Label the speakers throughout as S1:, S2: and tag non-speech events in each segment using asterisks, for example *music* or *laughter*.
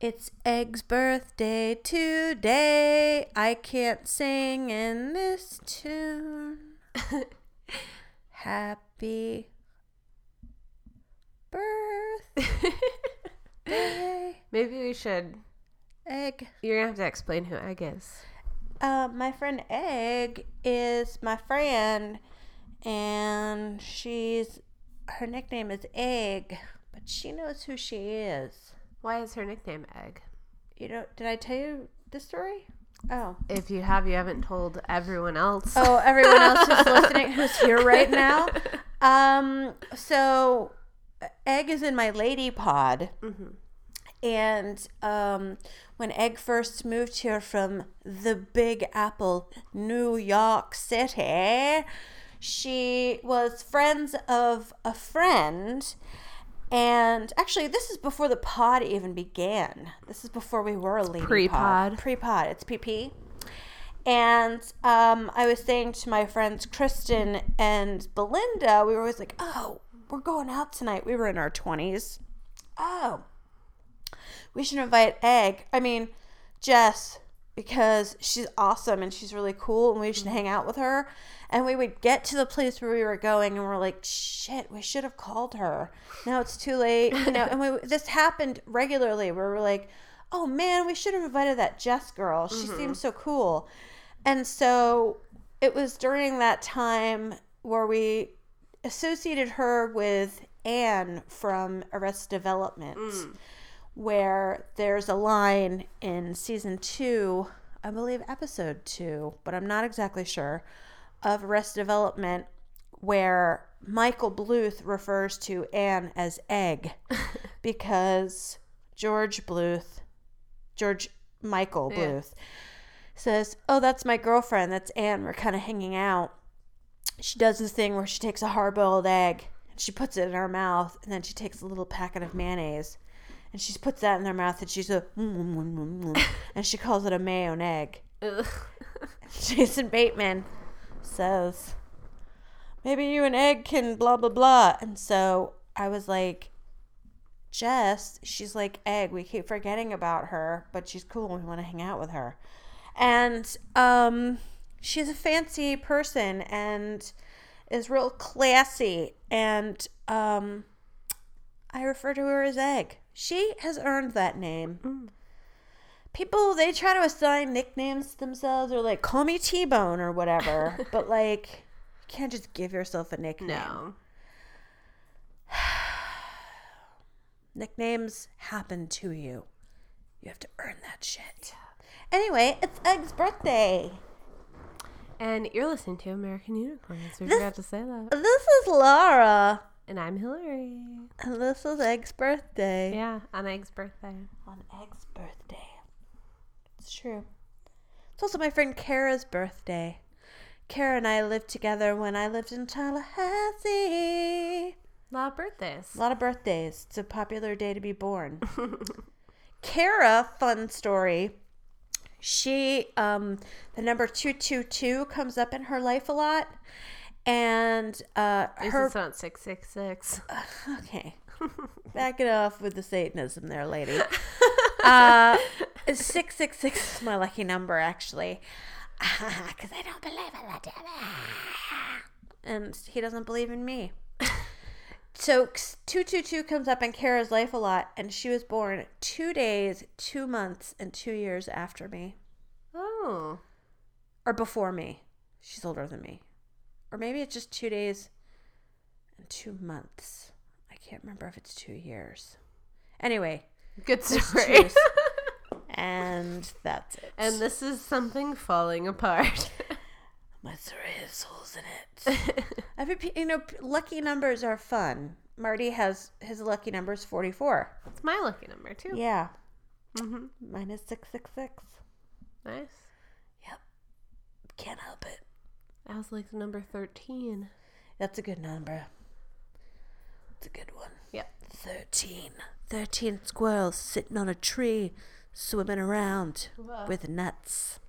S1: It's Egg's birthday today. I can't sing in this tune. Happy birthday,
S2: *laughs* Maybe we should.
S1: Egg.
S2: You're gonna have to explain who Egg is.
S1: Uh, my friend Egg is my friend, and she's her nickname is Egg, but she knows who she is.
S2: Why is her nickname Egg?
S1: You know, did I tell you this story? Oh.
S2: If you have, you haven't told everyone else.
S1: Oh, everyone else who's listening, who's here right now. Um, so Egg is in my lady pod. And um, when Egg first moved here from the Big Apple, New York City, she was friends of a friend. And actually, this is before the pod even began. This is before we were a lady
S2: pre-pod.
S1: pod. Pre-pod. It's PP. And um, I was saying to my friends Kristen and Belinda, we were always like, "Oh, we're going out tonight." We were in our twenties. Oh, we should invite Egg. I mean, Jess, because she's awesome and she's really cool, and we should hang out with her. And we would get to the place where we were going, and we're like, "Shit, we should have called her." Now it's too late, you know. And we this happened regularly. where we're like, "Oh man, we should have invited that Jess girl. She seems so cool." And so it was during that time where we associated her with Anne from Arrested Development where there's a line in season two, I believe episode two, but I'm not exactly sure, of Arrested Development, where Michael Bluth refers to Anne as Egg because George Bluth, George Michael
S2: Yeah.
S1: Bluth, says, Oh, that's my girlfriend. That's Anne. We're kind of hanging out she does this thing where she takes a hard boiled egg and she puts it in her mouth and then she takes a little packet of mayonnaise and she puts that in her mouth and she's a *laughs* "Mm, mm, mm, mm, mm," and she calls it a mayo and egg.
S2: *laughs*
S1: *laughs*
S2: Ugh.
S1: Jason Bateman says, Maybe you and Egg can blah blah blah and so I was like Jess, she's like Egg, we keep forgetting about her, but she's cool and we want to hang out with her. And um she's a fancy person and is real classy and um I refer to her as Egg. She has earned that name. People they try to assign nicknames to themselves or like call me T Bone or whatever, but like you can't just give yourself a nickname.
S2: no.
S1: Nicknames happen to you. You have to earn that shit. Anyway, it's Egg's birthday.
S2: And you're listening to American Unicorns. We forgot to say that.
S1: This is Laura.
S2: And I'm Hillary.
S1: And this is Egg's birthday.
S2: Yeah, on Egg's birthday.
S1: On Egg's birthday. It's true. It's also my friend Kara's birthday. Kara and I lived together when I lived in Tallahassee.
S2: A lot of birthdays.
S1: A lot of birthdays. It's a popular day to be born. Kara, fun story. She, um, the number 222 comes up in her life a lot. And uh, her.
S2: This is not 666.
S1: *sighs* okay. Back it off with the Satanism there, lady. Uh, 666 is my lucky number, actually. *laughs* Because I don't believe in the devil. And he doesn't believe in me. So 222 comes up in Kara's life a lot, and she was born two days, two months, and two years after me.
S2: Oh.
S1: Or before me. She's older than me. Or maybe it's just two days and two months. I can't remember if it's two years. Anyway, *laughs*
S2: Good story. *laughs*
S1: cheers. and that's it.
S2: and this is something falling apart. *laughs*
S1: My story has souls in it. Every, pe- you know, p- lucky numbers are fun. Marty has his lucky number is 44.
S2: it's my lucky number, too.
S1: Yeah.
S2: Mhm.
S1: Mine is 666.
S2: Nice.
S1: Yep. Can't help it.
S2: I was like number 13.
S1: That's a good number. It's a good one.
S2: Yep.
S1: 13. 13 squirrels sitting on a tree swimming around
S2: Whoa.
S1: with nuts.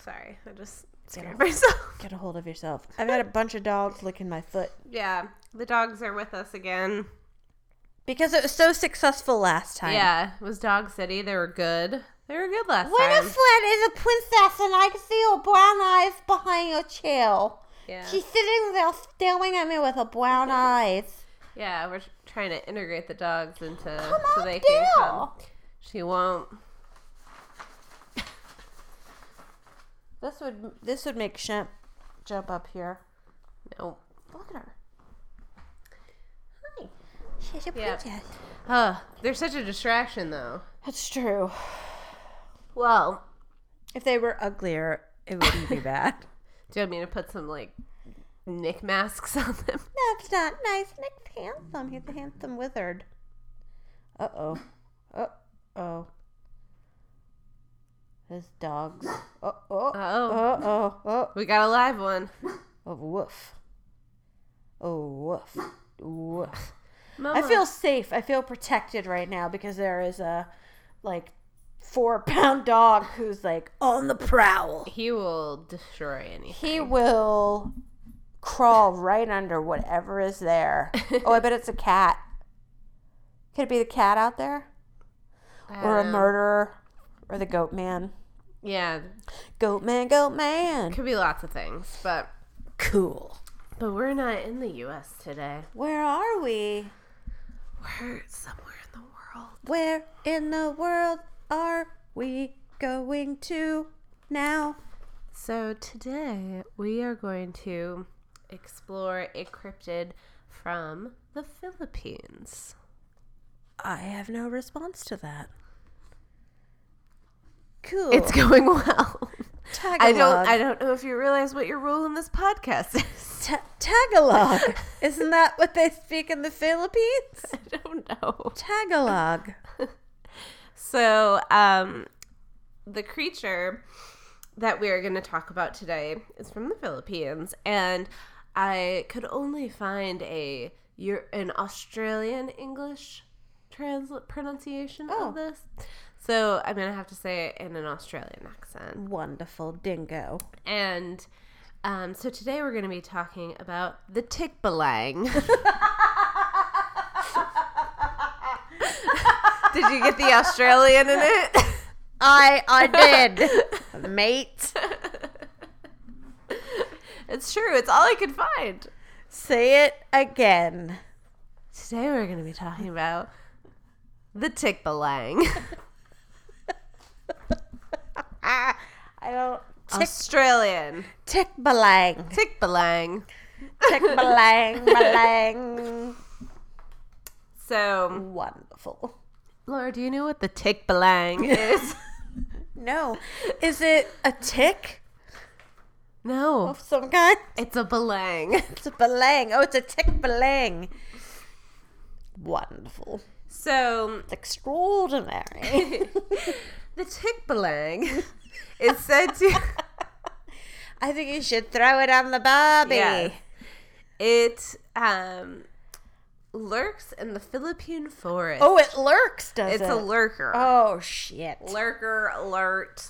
S2: Sorry, I just scared
S1: off.
S2: myself. *laughs*
S1: Get a hold of yourself. I've got a bunch of dogs licking my foot
S2: Yeah, the dogs are with us again.
S1: because it was so successful last time.
S2: Yeah, it was Dog City. They were good. They were good last time.
S1: Winifred is a princess, and I can see your brown eyes behind your tail.
S2: yeah,
S1: She's sitting there staring at me with her brown eyes.
S2: yeah. We're trying to integrate the dogs into
S1: Come
S2: so
S1: up
S2: they
S1: there.
S2: can come. She won't.
S1: This would this would make Shemp jump up here.
S2: Nope.
S1: Look at her. Hi. She's a
S2: Yep.
S1: princess.
S2: Huh. They're such a distraction, though.
S1: That's true.
S2: Well,
S1: If they were uglier, it wouldn't be bad.
S2: do you want me to put some like Nick masks *laughs* on them?
S1: No, it's not nice. Nick's handsome. He's a handsome wizard. Uh oh. Uh oh. His dogs. Uh oh.
S2: Oh,
S1: Uh oh. Uh
S2: we got a live one.
S1: oh. Woof. Oh woof. Woof.
S2: Mama.
S1: I feel safe. I feel protected right now because there is a like four pound dog who's like on the prowl.
S2: he will destroy any.
S1: He will crawl right under whatever is there. *laughs* oh, I bet it's a cat. Could it be the cat out there? Or a
S2: Um,
S1: murderer? Or the goat man?
S2: Yeah,
S1: Goat man, goat man.
S2: could be lots of things, but
S1: Cool.
S2: but we're not in the U.S. today.
S1: Where are we?
S2: We're somewhere in the world.
S1: Where in the world are we going to now?
S2: So today we are going to explore a cryptid from the Philippines.
S1: I have no response to that. Cool.
S2: It's going well.
S1: Tagalog.
S2: *laughs* I don't I don't know if you realize what your role in this podcast *laughs* is.
S1: Ta- Tagalog. Isn't that what they speak in the Philippines?
S2: I don't know.
S1: Tagalog.
S2: So, um the creature that we are going to talk about today is from the Philippines and I could only find a you're an Australian English transla- pronunciation
S1: Oh.
S2: of this. So, I'm going to have to say it in an Australian accent.
S1: Wonderful dingo.
S2: And um, so today we're going to be talking about the tickbalang. *laughs* Did you get the Australian in it? *laughs*
S1: I I did, *laughs* mate.
S2: it's true. It's all I could find.
S1: Say it again.
S2: Today we're going to be talking about the
S1: *laughs*
S2: *laughs* tickbalang.
S1: Ah, I don't. Tick
S2: Australian
S1: tick balang.
S2: tickbalang.
S1: Tick balang balang.
S2: So,
S1: Wonderful.
S2: Laura, do you know what the
S1: *laughs*
S2: tickbalang is?
S1: No, is it a tick
S2: no,
S1: of some kind?
S2: it's a balang.
S1: It's a balang. Oh, it's a tick balang. Wonderful.
S2: So,
S1: It's *laughs* extraordinary.
S2: The tickbalang
S1: *laughs*
S2: is said to
S1: I think you should throw it on the Barbie.
S2: Yes. it um lurks in the Philippine forest.
S1: Oh, it lurks, does
S2: it's
S1: it?
S2: a lurker.
S1: Oh shit! *laughs*
S2: Lurker alert.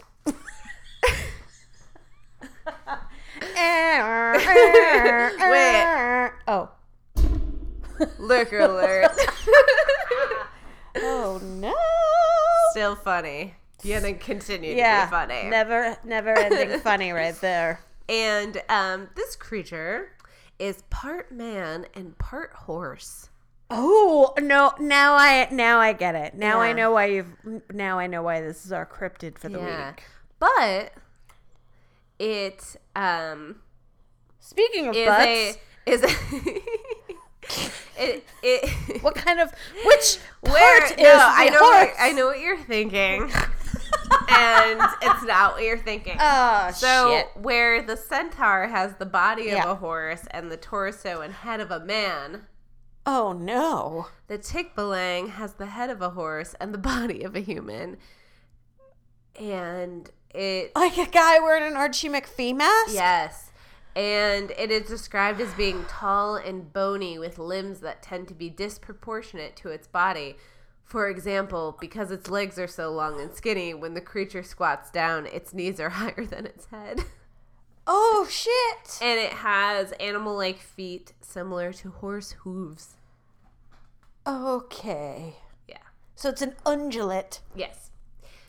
S1: Eh, Wait. eh, Oh.
S2: Lurker alert.
S1: *laughs* Oh no.
S2: Still funny. You're gonna continue
S1: Yeah.
S2: to be funny.
S1: Never, never *laughs* ending funny right there.
S2: and um this creature is part man and part horse.
S1: Oh no! Now I now I get it. Now I
S2: Yeah.
S1: know why you've. Now I know why this is our cryptid for the week.
S2: But it um
S1: Speaking of
S2: is
S1: butts,
S2: a *laughs* is a it it
S1: what kind of *laughs* which part
S2: Where-
S1: is
S2: no, I know
S1: horse?
S2: What, I know what you're
S1: *laughs*
S2: thinking, and it's not what you're thinking.
S1: Oh
S2: so
S1: shit!
S2: where the centaur has the body of
S1: Yeah.
S2: a horse and the torso and head of a man,
S1: Oh no!
S2: the tikbalang has the head of a horse and the *laughs* body of a human, and it
S1: Like a guy wearing an Archie McPhee mask.
S2: yes. And it is described as being tall and bony with limbs that tend to be disproportionate to its body. For example, because its legs are so long and skinny, when the creature squats down, its knees are *laughs* higher than its head. *laughs*
S1: Oh shit!
S2: And it has animal like feet similar to horse hooves.
S1: Okay.
S2: Yeah.
S1: So it's an undulate.
S2: Yes.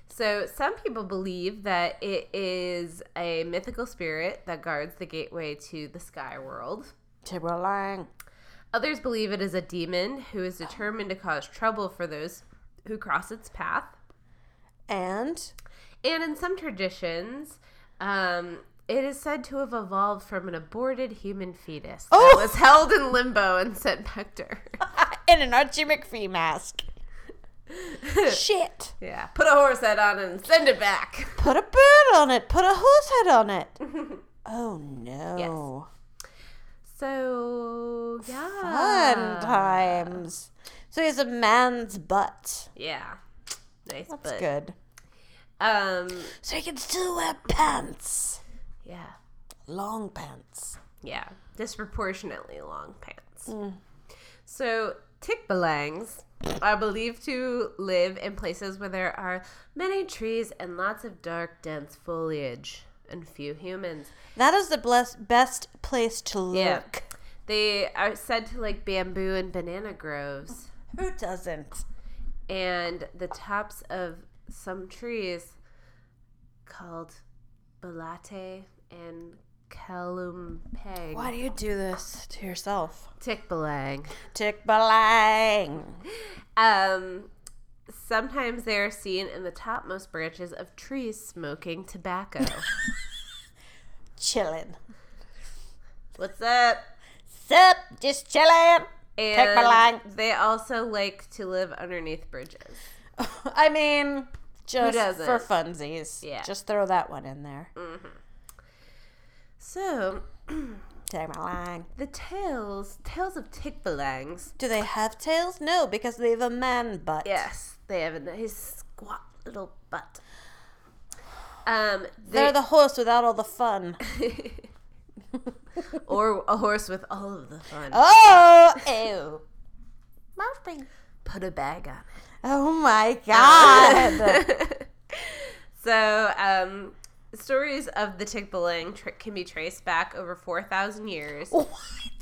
S2: So some people believe that it is a mythical spirit that guards the gateway to the sky world.
S1: Timberline.
S2: Others believe it is a demon who is determined to cause trouble for those who cross its path.
S1: *laughs* And
S2: And in some traditions, um, it is said to have evolved from an aborted human fetus
S1: Oh!
S2: that was held in limbo and sent back to Earth.
S1: *laughs* in an Archie McPhee mask. *laughs* shit.
S2: Yeah, put a horse head on and send it back.
S1: Put a bird on it. Put a horse head on *laughs* it. oh no.
S2: So yeah,
S1: Fun times. So he has a man's butt.
S2: Yeah, nice.
S1: That's
S2: but,
S1: good.
S2: Um,
S1: So he can still wear pants.
S2: yeah,
S1: Long pants.
S2: yeah, disproportionately long pants. So tikbalangs are believed to live in places where there are many trees and lots of dark, dense foliage and few humans.
S1: That is the bless- best place to look.
S2: Yeah. They are said to like bamboo and banana groves,
S1: Who doesn't?
S2: and the tops of some trees called belate and calumpeg.
S1: Why do you do this to yourself?
S2: Tikbalang.
S1: Tick balang.
S2: Um, sometimes they are seen in the topmost branches of trees smoking
S1: *laughs*
S2: tobacco.
S1: Chillin'.
S2: What's up?
S1: Sup? Just chillin'.
S2: And
S1: Tikbalang.
S2: they also like to live underneath bridges.
S1: *laughs* I mean, just
S2: doesn't?
S1: for funsies.
S2: Yeah.
S1: Just throw that one in there.
S2: So
S1: Tick balang.
S2: the tales, tales of tikbalangs,
S1: Do they have tails? No, because they have a man butt.
S2: Yes, they have a nice squat little butt. Um,
S1: They're
S2: they,
S1: the horse without all the *laughs* fun.
S2: *laughs* or a horse with all of the fun.
S1: Oh, ew. Mouthing.
S2: Put a bag on
S1: Oh my god.
S2: it. so, um, stories of the Tikbalang tr- can be traced back over four thousand years,
S1: *laughs* what?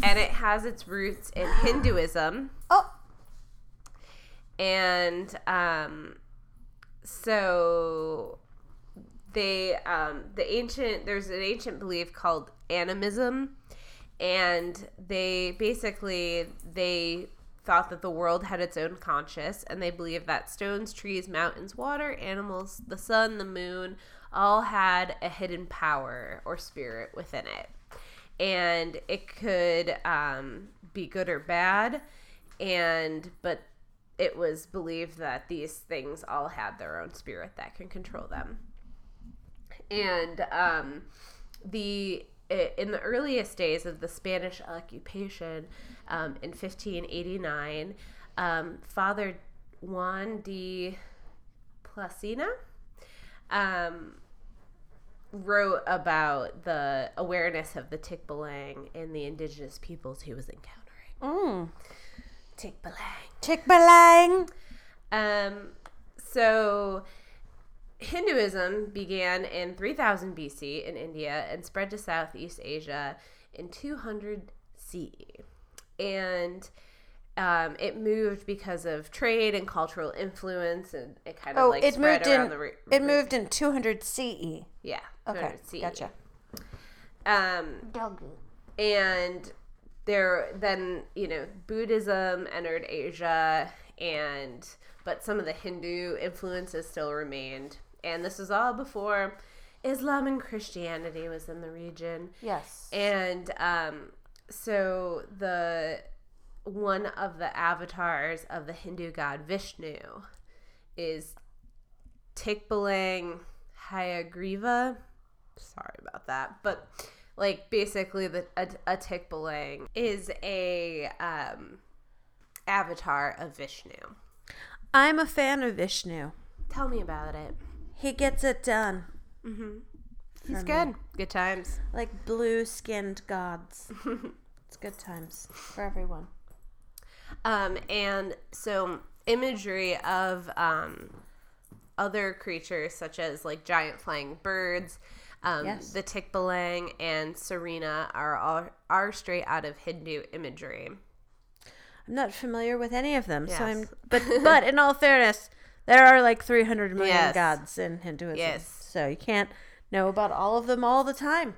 S2: and it has its roots in Hinduism.
S1: Oh,
S2: and um, so they um, the ancient there's an ancient belief called animism and they basically they thought that the world had its own conscious and they believed that stones trees mountains water animals the sun the moon all had a hidden power or spirit within it and it could um, be good or bad and but it was believed that these things all had their own spirit that can control them and um, the i- in the earliest days of the Spanish occupation um, in 1589, um, Father Juan de Placina um, wrote about the awareness of the Tikbalang and the indigenous peoples he was
S1: mm.
S2: encountering. Tikbalang.
S1: Tick balang.
S2: Um, so Hinduism began in 3000 BC in India and spread to Southeast Asia in 200 CE. And um, it moved because of trade and cultural influence, and it kind of
S1: Oh,
S2: like
S1: it
S2: spread
S1: moved
S2: around
S1: in.
S2: the. re-
S1: it moved in 200 CE. E.
S2: yeah.
S1: Okay,
S2: 200 CE.
S1: gotcha.
S2: Um, and there then you know buddhism entered asia and but some of the hindu influences still remained and this was all before islam and christianity was in the region
S1: Yes.
S2: and um, so the one of the avatars of the Hindu god Vishnu is Tikbalang Hayagriva. Sorry about that, but like basically, the a, a Tikbalang is a um, avatar of Vishnu.
S1: I'm a fan of Vishnu.
S2: Tell me about it.
S1: He gets it done.
S2: Mm-hmm. He's good. Good times.
S1: Like blue skinned
S2: *laughs*
S1: gods. it's good times for everyone.
S2: Um, and so imagery of um, other creatures such as like giant flying birds. Um,
S1: Yes.
S2: The tikbalang and Serena are all are straight out of Hindu imagery.
S1: I'm not familiar with any of them, so I'm.
S2: Yes.
S1: *laughs*
S2: *laughs*
S1: But but in all fairness, there are like 300 million
S2: Yes.
S1: gods in Hinduism.
S2: Yes.
S1: So you can't know about all of them all the time.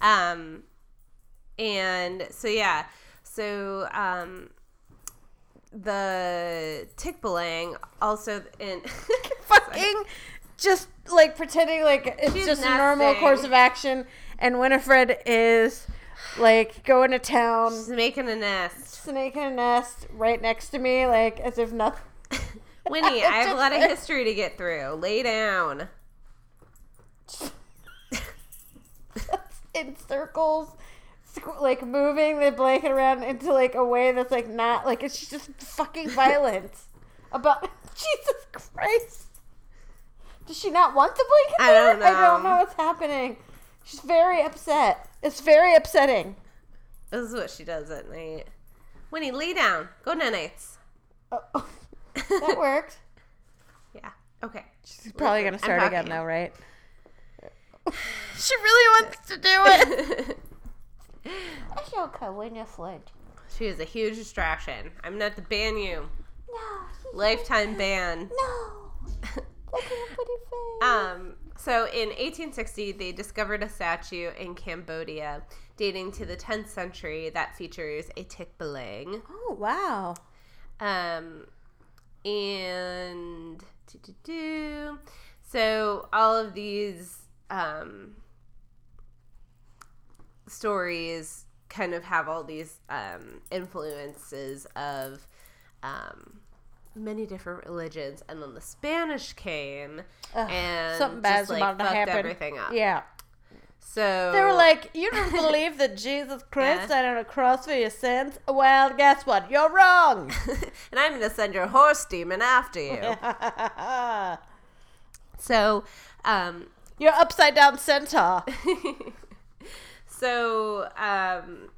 S2: Um, and so yeah, so um, the tikbalang also in *laughs*
S1: Fucking, just like pretending like it's
S2: She's
S1: just a normal
S2: nothing.
S1: course of action, and Winifred is like going to town,
S2: she's making a nest.
S1: snake in a nest right next to me, like as if nothing. *laughs*
S2: Winnie, I have a lot of history to get through. Lay down.
S1: in circles, squ- like moving the blanket around into like a way that's like not like it's just fucking
S2: *laughs*
S1: violent. About *laughs* Jesus Christ, does she not want the blanket?
S2: I don't
S1: there? I don't
S2: know.
S1: know what's happening. She's very upset. It's very upsetting.
S2: This is what she does at night. Winnie, lay down. Go nanites.
S1: Oh, that worked.
S2: *laughs* Yeah. Okay. *laughs*
S1: She's probably gonna start
S2: talking.
S1: again though, right? *sighs* she really wants to do *laughs* it. It's okay, Winifred.
S2: she is a huge distraction. I'm not to ban you.
S1: No,
S2: Lifetime ban.
S1: no. Look at her pretty face.
S2: Um, so in 1860, they discovered a statue in Cambodia dating to the 10th century that features a tikbalang.
S1: Oh wow!
S2: Um, and do, do, do. so all of these um, stories kind of have all these um, influences of um, many different religions, and then the Spanish came
S1: Ugh,
S2: and
S1: something bad's
S2: just, like,
S1: about to
S2: fucked
S1: happen.
S2: everything up.
S1: Yeah,
S2: So
S1: they were like, "You *laughs* don't believe that Jesus Christ died on a cross for your sins? Well, guess what? You're wrong."
S2: *laughs*
S1: *laughs*
S2: and I'm gonna send your horse demon after you. So, um,
S1: You're upside down centaur.
S2: So um,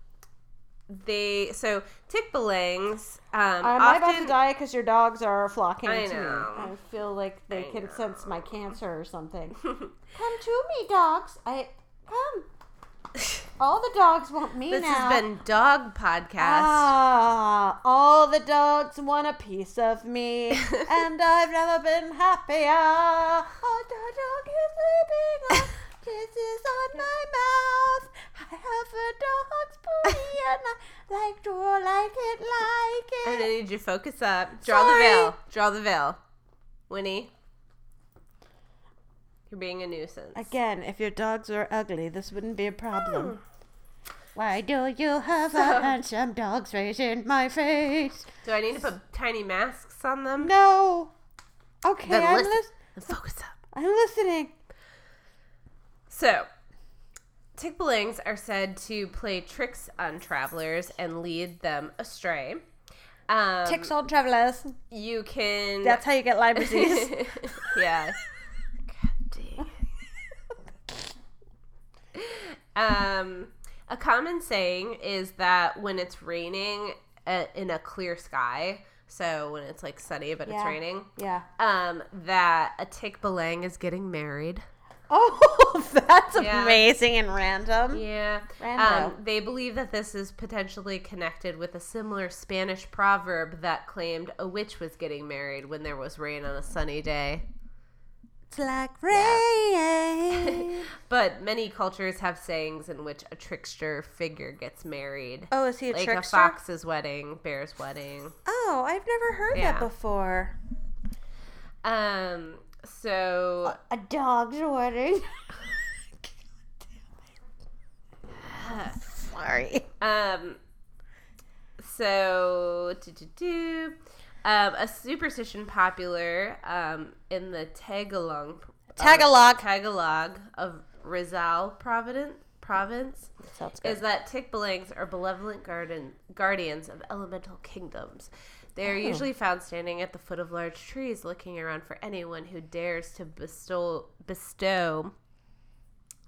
S2: they so tikbalangs um,
S1: Am I about
S2: often
S1: to die because your dogs are flocking
S2: I
S1: to
S2: know.
S1: me? I feel like they
S2: I
S1: can
S2: know.
S1: sense my cancer or
S2: *laughs*
S1: something. come to me, dogs. I come. All the dogs want me
S2: this
S1: now.
S2: has been dog podcast.
S1: Ah, all the dogs want a piece of
S2: *laughs*
S1: me, and I've never been happier. Oh, the dog is sleeping.
S2: *laughs*
S1: Oh, kisses on my mouth. I have a dog's booty, and I like to like it,
S2: I'm
S1: like
S2: gonna
S1: it.
S2: need you to focus up. Draw
S1: Sorry.
S2: the veil. Draw the veil. Winnie, you're being a nuisance.
S1: Again, if your dogs were ugly, this wouldn't be a
S2: Hmm.
S1: problem. Why do you
S2: *laughs*
S1: have a handsome dogs right in my face?
S2: Do I need to put tiny masks on them?
S1: No. Okay,
S2: Then
S1: I'm,
S2: listen.
S1: lis-
S2: Then focus up.
S1: I'm listening.
S2: So. Tikbalangs are said to play tricks on travelers and lead them astray. Um,
S1: Ticks on travelers.
S2: you can
S1: That's how you get Lyme
S2: *laughs*
S1: disease.
S2: yeah. *laughs* um, a common saying is that when it's raining uh, in a clear sky, so when it's like sunny but it's
S1: Yeah.
S2: raining,
S1: yeah.
S2: um, that a tikbalang is getting married.
S1: Oh, *laughs* that's
S2: Yeah.
S1: amazing and random.
S2: Yeah. Um,
S1: Rando.
S2: they believe that this is potentially connected with a similar Spanish proverb that claimed a witch was getting married when there was rain on a sunny day.
S1: It's like
S2: *laughs*
S1: rain.
S2: But many cultures have sayings in which a trickster figure gets married.
S1: oh, is he a
S2: like
S1: trickster?
S2: a fox's wedding, bear's wedding.
S1: Oh, I've never heard
S2: Yeah.
S1: that before.
S2: Um so
S1: A dog's *laughs* wedding. Sorry.
S2: um so do-do-do. um a superstition popular um in the uh, Tagalog
S1: Tagalog.
S2: Tagalog of Rizal Providence province
S1: Sounds good.
S2: is that tikbalangs are benevolent garden guardians of elemental kingdoms. They are
S1: Oh.
S2: usually found standing at the foot of large trees, looking around for anyone who dares to bestow bestow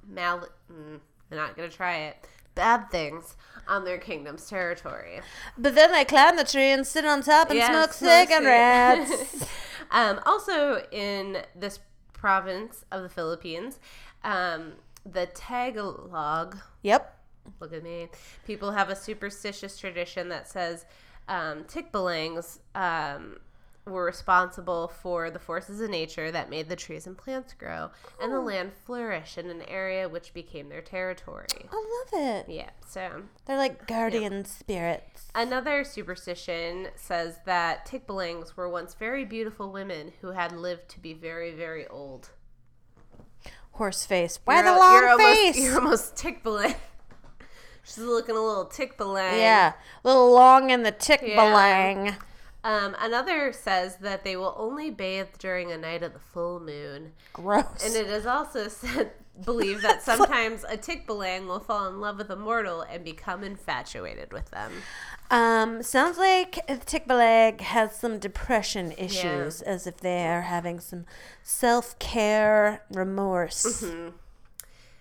S2: mal. Mm, I'm not gonna try it. bad things on their kingdom's territory.
S1: But then I climb the tree and sit on top and
S2: Yeah,
S1: smoke
S2: smoke
S1: cigarettes.
S2: cigarettes. um, also, in this province of the Philippines, um, the Tagalog,
S1: *laughs* yep.
S2: look at me, people have a superstitious tradition that says um, tikbalings um, were responsible for the forces of nature that made the trees and plants grow and the land flourish in an area which became their territory.
S1: I love it.
S2: Yeah, so
S1: They're like guardian spirits.
S2: Another superstition says that Tikbalings were once very beautiful women who had lived to be very, very old.
S1: Horse face. Why
S2: You're
S1: the
S2: al-
S1: long
S2: you're almost-
S1: face?
S2: you're almost Tikbaling. *laughs* She's looking a little Tikbaling.
S1: yeah. A little long in the tick
S2: Yeah.
S1: belang.
S2: Um, another says that they will only bathe during a night of the full moon.
S1: Gross.
S2: And it is also *laughs* said, believed
S1: *laughs*
S2: that sometimes a Tikbalang will fall in love with a mortal and become infatuated with them.
S1: Um, sounds like Tikbaleg has some depression issues, as if they are having some self care
S2: Mm-hmm.
S1: remorse.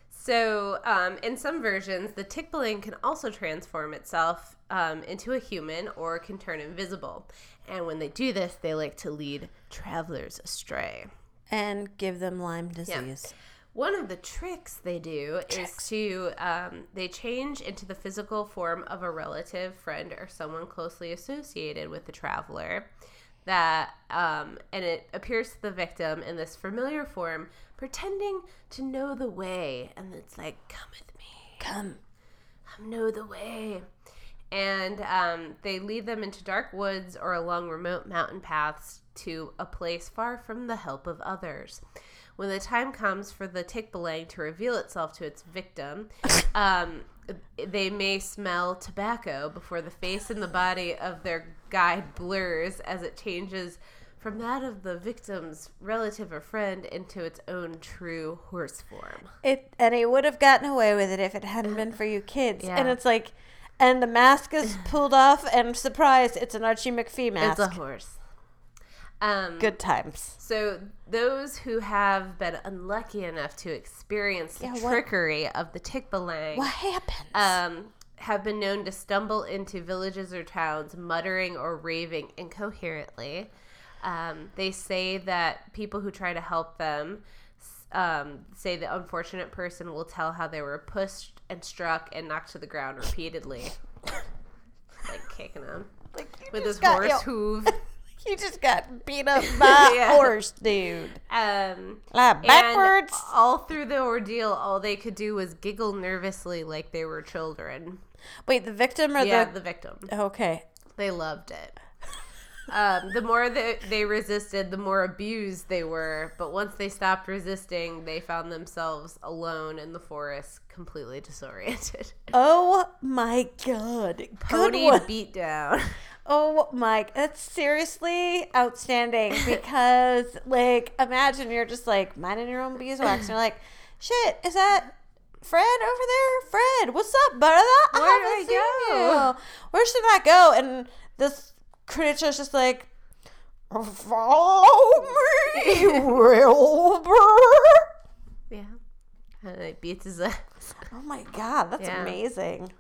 S2: So, um, in some versions, the Tikbaling can also transform itself um, into a human or can turn invisible. And when they do this, they like to lead travelers astray.
S1: and give them Lyme disease.
S2: One of the tricks they do is to um, they change into the physical form of a relative, friend, or someone closely associated with the traveler. That um, and it appears to the victim in this familiar form, pretending to know the way, and it's like, "Come with me."
S1: Come.
S2: know the way. And um, they lead them into dark woods or along remote mountain paths to a place far from the help of others. When the time comes for the tikbalang to reveal itself to its victim, um, they may smell tobacco before the face and the body of their guide blurs as it changes from that of the victim's relative or friend into its own true horse form.
S1: It and he would have gotten away with it if it hadn't been for you kids. And
S2: Yeah.
S1: it's like and the mask *laughs* is pulled off and surprise, it's an Archie McPhee mask.
S2: It's a horse. Um,
S1: Good times.
S2: So those who have been unlucky enough to experience the
S1: Yeah, what-
S2: trickery of the Tikbalang
S1: What happens?
S2: um, have been known to stumble into villages or towns muttering or raving incoherently. Um, they say that people who try to help them s- um, say the unfortunate person will tell how they were pushed and struck and knocked to the ground repeatedly,
S1: *laughs*
S2: like kicking them
S1: like you
S2: with
S1: just
S2: his
S1: got-
S2: horse
S1: yo,
S2: hoof.
S1: *laughs* You just got beat
S2: *laughs*
S1: up by a
S2: Yeah.
S1: horse, dude.
S2: Um,
S1: Like backwards.
S2: And all through the ordeal, all they could do was giggle nervously like they were children.
S1: Wait, the victim or
S2: Yeah, the victim.
S1: the Okay.
S2: They loved it. Um, the more that they resisted, the more abused they were. But once they stopped resisting, they found themselves alone in the forest, completely disoriented.
S1: Oh my god. Good
S2: Pony
S1: one.
S2: beat down. *laughs*
S1: Oh my, that's seriously
S2: *laughs*
S1: outstanding because, like, imagine you're just like minding your own beeswax and you're like, shit, is that Fred over there? Fred, what's up, brother?
S2: Where
S1: I
S2: do I
S1: haven't seen
S2: go?"
S1: you. Where should I go? And this creature's just like, follow
S2: *laughs*
S1: me, Wilbur.
S2: Yeah. And it beats his ass.
S1: Oh my god, that's
S2: Yeah.
S1: amazing.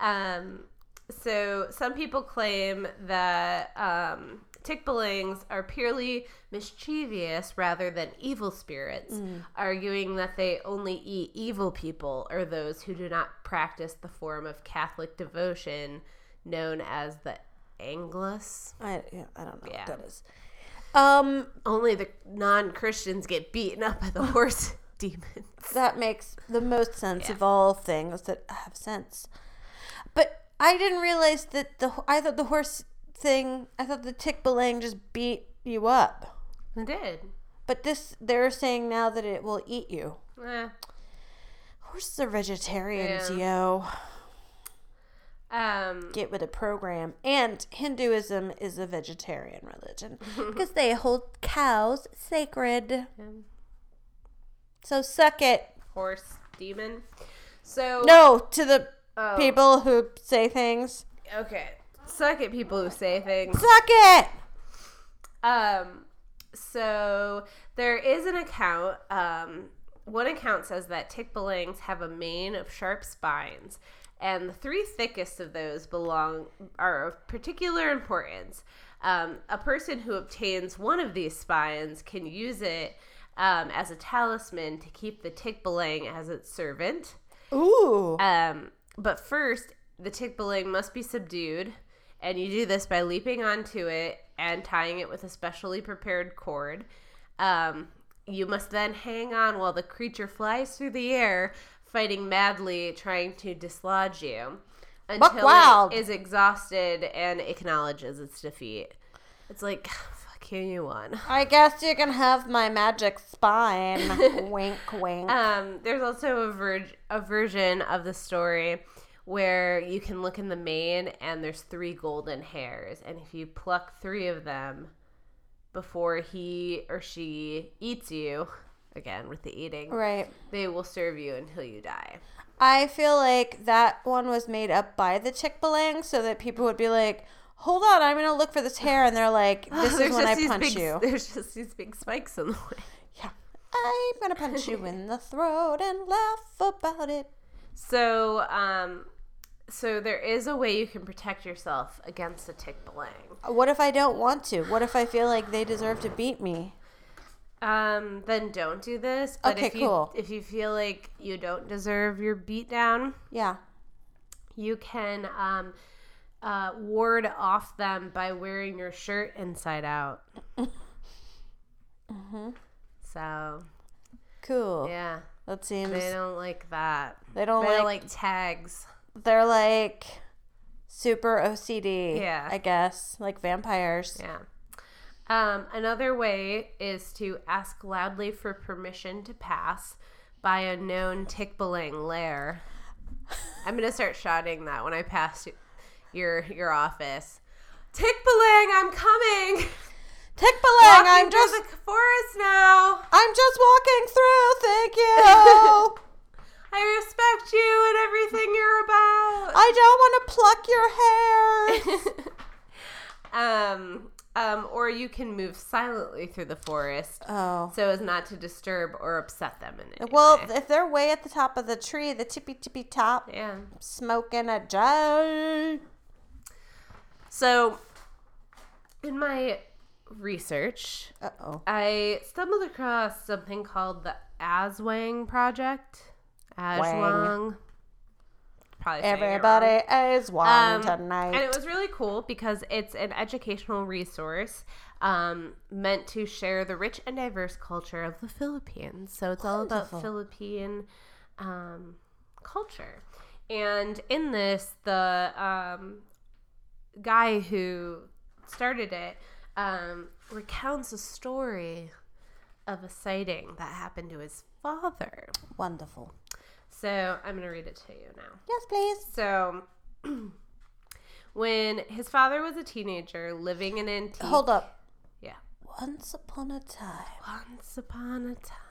S2: Um, so some people claim that um, Tikbalings are purely mischievous rather than evil spirits, arguing that they only eat evil people or those who do not practice the form of Catholic devotion known as the Anglus.
S1: I, yeah, I don't know
S2: Yeah.
S1: what that is. Um,
S2: Only the non Christians get beaten up *laughs* by the horse demon.
S1: That makes the most sense of all things that have sense. But I didn't realize that the I thought the horse thing. I thought the tick belang just beat you up.
S2: They did.
S1: But this they're saying now that it will eat you.
S2: Eh.
S1: Horses are vegetarians,
S2: Yeah.
S1: yo.
S2: Um,
S1: Get with a program. And Hinduism is a vegetarian
S2: *laughs*
S1: religion because they hold cows sacred. So suck it.
S2: horse demon. So
S1: No to the
S2: Oh.
S1: people who say things.
S2: Okay. Suck at people who say things.
S1: Suck it.
S2: Um, so there is an account. Um, one account says that tick belangs have a mane of sharp spines, and the three thickest of those belong are of particular importance. Um, a person who obtains one of these spines can use it um, as a talisman to keep the Tikbalang as its servant.
S1: Ooh.
S2: Um, but first, the Tikbalang must be subdued, and you do this by leaping onto it and tying it with a specially prepared cord. Um, you must then hang on while the creature flies through the air, fighting madly, trying to dislodge you until
S1: wild.
S2: it is exhausted and acknowledges its defeat. It's like, *sighs* fuck you, you won.
S1: I guess you can have my magic
S2: *laughs*
S1: spine. wink, wink.
S2: Um, there's also a, ver- a version of the story where you can look in the mane and there's three golden hairs, and if you pluck three of them before he or she eats you, again with the eating,
S1: Right.
S2: they will serve you until you die.
S1: I feel like that one was made up by the Chick-fil-A so that people would be like, "Hold on, I'm gonna look for this hair," and they're
S2: *laughs*
S1: like, *laughs* "This is
S2: There's
S1: when
S2: just
S1: I
S2: these
S1: punch
S2: big-
S1: you."
S2: *laughs* There's just these big spikes in the way.
S1: Yeah, I'm gonna punch you in the throat and laugh about it.
S2: So, um, so there is a way you can protect yourself against a tick belang.
S1: What if I don't want to? What if I feel like they deserve to beat me?
S2: Um, then don't do this. But
S1: Okay,
S2: if you,
S1: cool.
S2: If you feel like you don't deserve your beatdown,
S1: Yeah.
S2: you can um, uh, ward off them by wearing your shirt inside out.
S1: Mm-hmm.
S2: So
S1: Cool.
S2: yeah,
S1: That seems
S2: they don't like that.
S1: they don't
S2: They
S1: like,
S2: like tags.
S1: they're like super OCD.
S2: Yeah.
S1: I guess like vampires.
S2: Yeah. Um, another way is to ask loudly for permission to pass by a known tickling lair. I'm gonna start shouting that when I pass y- your your office. Tickling, I'm coming.
S1: Tick-fil-A,
S2: Walking
S1: I'm
S2: through
S1: just
S2: the forest now.
S1: I'm just walking through. Thank you.
S2: I respect you and everything you're about.
S1: I don't want to pluck your hair.
S2: *laughs* um, um, or you can move silently through the forest
S1: Oh.
S2: so as not to disturb or upset them in any
S1: Well,
S2: way.
S1: if they're way at the top of the tree, the tippy tippy top,
S2: Yeah.
S1: smoking a joint.
S2: So, in my research,
S1: Uh oh.
S2: I stumbled across something called the Aswang Project. Aswang. Probably saying it wrong.
S1: Everybody is one
S2: Um,
S1: tonight.
S2: And it was really cool because it's an educational resource um, meant to share the rich and diverse culture of the Philippines. So it's all
S1: Wonderful.
S2: about Philippine um, culture. And in this, the um, guy who started it um, recounts a story of a sighting that happened to his father.
S1: Wonderful.
S2: So I'm going to read it to you now.
S1: Yes, please.
S2: So, *clears throat* when his father was a teenager living in Antique,
S1: Hold up.
S2: yeah,
S1: Once upon a time.
S2: once upon a time,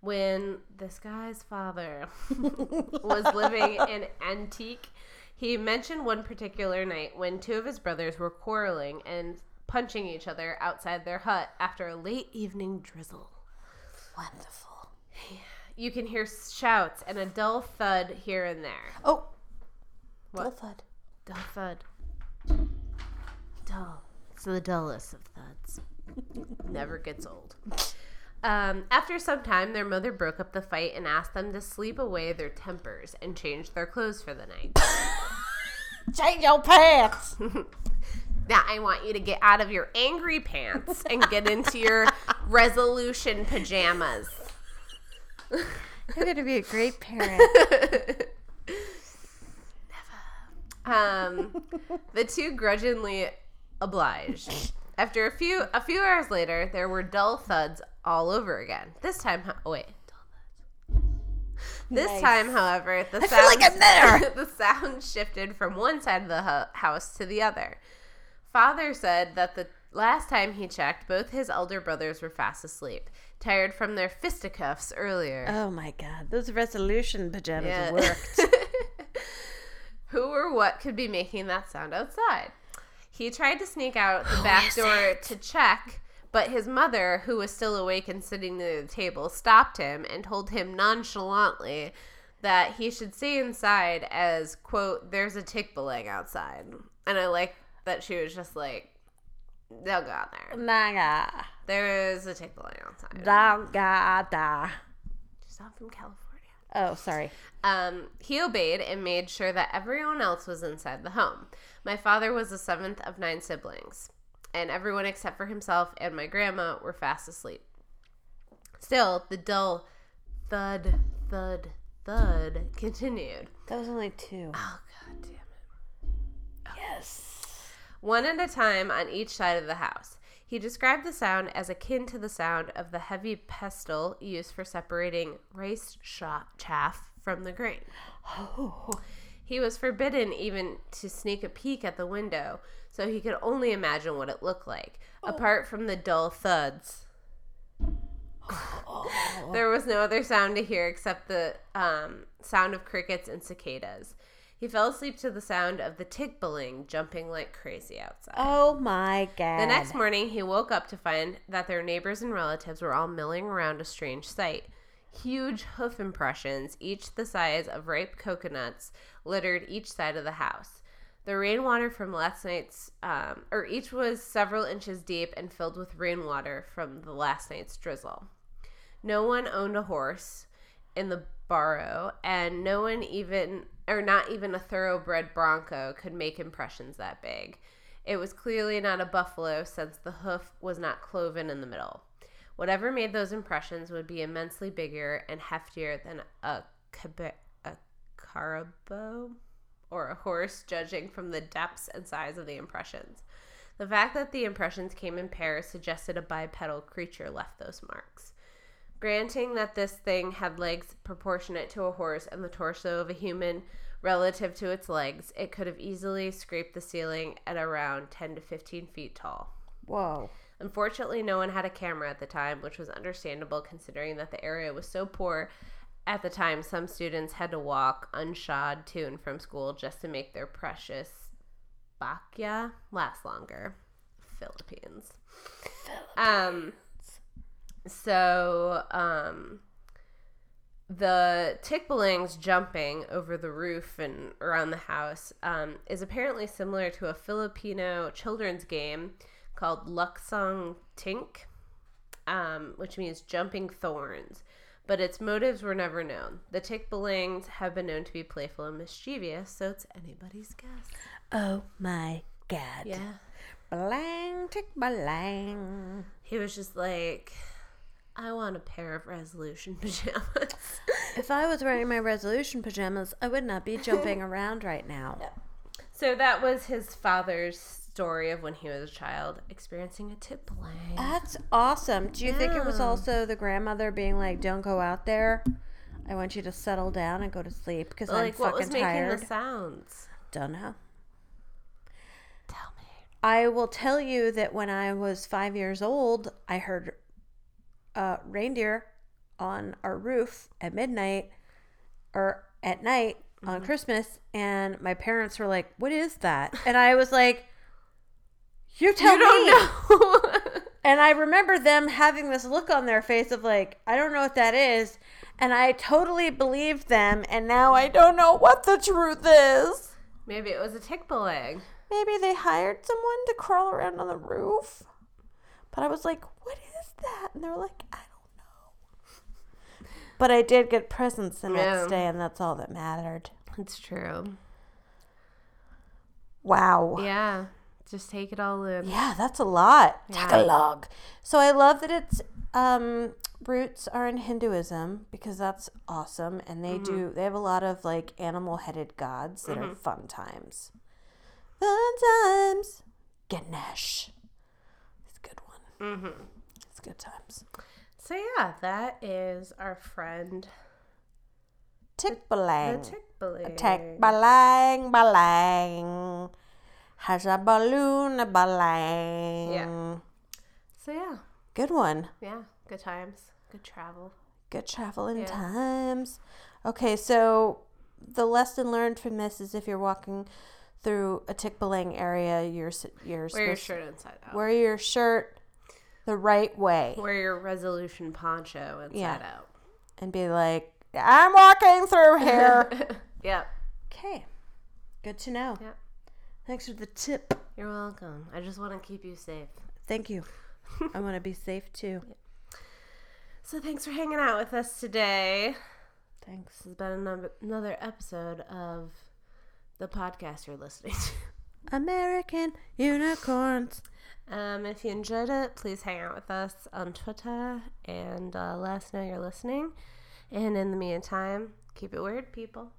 S2: when this guy's father *laughs* was living in Antique, he mentioned one particular night when two of his brothers were quarreling and punching each other outside their hut after a late evening drizzle.
S1: Wonderful.
S2: You can hear shouts and a dull thud here and there.
S1: Oh.
S2: What?
S1: Little thud.
S2: Dull thud. Dull. It's the dullest of thuds. *laughs* Never gets old. Um, after some time, their mother broke up the fight and asked them to sleep away their tempers and change their clothes for the night.
S1: Change your
S2: *laughs*
S1: pants.
S2: now, I want you to get out of your angry pants and get into *laughs* your resolution pajamas.
S1: You're going to be a great parent.
S2: Um, the two grudgingly obliged. After a few a few hours later, there were dull thuds all over again. This time, ho- oh wait. dull thuds. This
S1: Nice.
S2: time, however, the
S1: I feel like I'm there.
S2: *laughs* the sound shifted from one side of the hu- house to the other. Father said that the last time he checked, both his elder brothers were fast asleep, tired from their fisticuffs earlier.
S1: oh my god. Those resolution pajamas
S2: Yeah. *laughs*
S1: work.
S2: Who or what could be making that sound outside? He tried to sneak out the back door to check, but his mother, who was still awake and sitting near the table, stopped him and told him nonchalantly that he should stay inside as quote there's a tick belaying outside and i like that she was just like they'll go out there
S1: Naga.
S2: there is a tick belaying outside
S1: Naga da.
S2: she's not from california
S1: Oh, sorry.
S2: um, he obeyed and made sure that everyone else was inside the home. My father was the seventh of nine siblings, and everyone except for himself and my grandma were fast asleep. Still, the dull thud, thud, thud continued.
S1: That was only two.
S2: Oh, god damn it.
S1: Yes.
S2: One at a time on each side of the house. He described the sound as akin to the sound of the heavy pestle used for separating rice sha chaff from the grain.
S1: Oh.
S2: He was forbidden even to sneak a peek at the window, so he could only imagine what it looked like. Apart from the dull thuds, *laughs* there was no other sound to hear except the um, sound of crickets and cicadas. He fell asleep to the sound of the tick billing jumping like crazy outside.
S1: Oh my god.
S2: The next morning, he woke up to find that their neighbors and relatives were all milling around a strange sight. Huge hoof impressions, each the size of ripe coconuts, littered each side of the house. The rainwater from last night's, um, or each was several inches deep and filled with rainwater from the last night's drizzle. No one owned a horse in the barrow, and no one even, or not even a thoroughbred bronco, could make impressions that big. It was clearly not a buffalo since the hoof was not cloven in the middle. Whatever made those impressions would be immensely bigger and heftier than a, cab- a caribou or a horse, judging from the depths and size of the impressions. The fact that the impressions came in pairs suggested a bipedal creature left those marks. Granting that this thing had legs proportionate to a horse and the torso of a human relative to its legs, it could have easily scraped the ceiling at around 10 to 15 feet tall.
S1: Whoa.
S2: Unfortunately, no one had a camera at the time, which was understandable considering that the area was so poor. At the time, some students had to walk unshod to and from school just to make their precious bakya last longer. Philippines. Um, so um, the tickblings jumping over the roof and around the house um, is apparently similar to a Filipino children's game called Luxong Tink, um, which means jumping thorns. But its motives were never known. The tickblings have been known to be playful and mischievous, so it's anybody's guess.
S1: Oh my god. Blang tick blang.
S2: He was just like, I want a pair of resolution *laughs* pajamas.
S1: If I was wearing my resolution pajamas, I would not
S2: *laughs*
S1: be jumping around right now.
S2: so that was his father's story of when he was a child experiencing a tip blank.
S1: That's awesome. Do you think it was
S2: Yeah.
S1: also the grandmother being like, "Don't go out there. I want you to settle down and go to sleep because I'm
S2: Like, what was
S1: fucking
S2: making
S1: tired."
S2: the sounds?
S1: Don't know.
S2: Tell me.
S1: I will tell you that when I was five years old, I heard uh, reindeer on our roof at midnight or at night on
S2: Mm-hmm.
S1: Christmas, and my parents were like, "What is that?" And I was like, "You tell
S2: You don't
S1: me."
S2: *laughs* know.
S1: And I remember them having this look on their face of like, "I don't know what that is," and I totally believed them, and now I don't know what the truth is.
S2: Maybe it was a tick blank.
S1: Maybe they hired someone to crawl around on the roof. But I was like, what is that? And they were like, I don't know. But I did get presents the
S2: Yeah.
S1: next day, and that's all that mattered.
S2: It's true.
S1: Wow. Yeah,
S2: Yeah. *sighs* Just take it all in.
S1: that's a lot.
S2: Yeah.
S1: Tagalog. So I love that its um, roots are in Hinduism because that's awesome, and they do
S2: Mm-hmm.
S1: they have a lot of like animal headed gods that are fun times. Fun times. Ganesh. It's a good one.
S2: hmm
S1: It's good times.
S2: So, yeah, that is our friend,
S1: Tick
S2: the
S1: balang.
S2: Mm. tick blank.
S1: Tick balang balang. Has a balloon a balang.
S2: Yeah. So, yeah.
S1: Good one.
S2: Yeah. Good times. Good travel.
S1: Good traveling
S2: Yeah.
S1: times. Okay, so the lesson learned from this is if you're walking through a tick balang area, you're s- you're
S2: Wear your
S1: supposed
S2: shirt inside out.
S1: wear your shirt the right way
S2: Wear your resolution poncho inside
S1: Yeah.
S2: out.
S1: and be like, I'm walking
S2: *laughs*
S1: through here.
S2: yep.
S1: okay. Good to know.
S2: Yep.
S1: Thanks for the tip.
S2: You're welcome. I just want to keep you safe.
S1: Thank
S2: *laughs*
S1: you. I want to be safe too.
S2: So thanks for hanging out with us today.
S1: Thanks.
S2: This has been another- another episode of the podcast you're listening to. *laughs*
S1: American unicorns.
S2: Um, if you enjoyed it, please hang out with us on Twitter and uh, let us know you're listening. And in the meantime, keep it weird, people.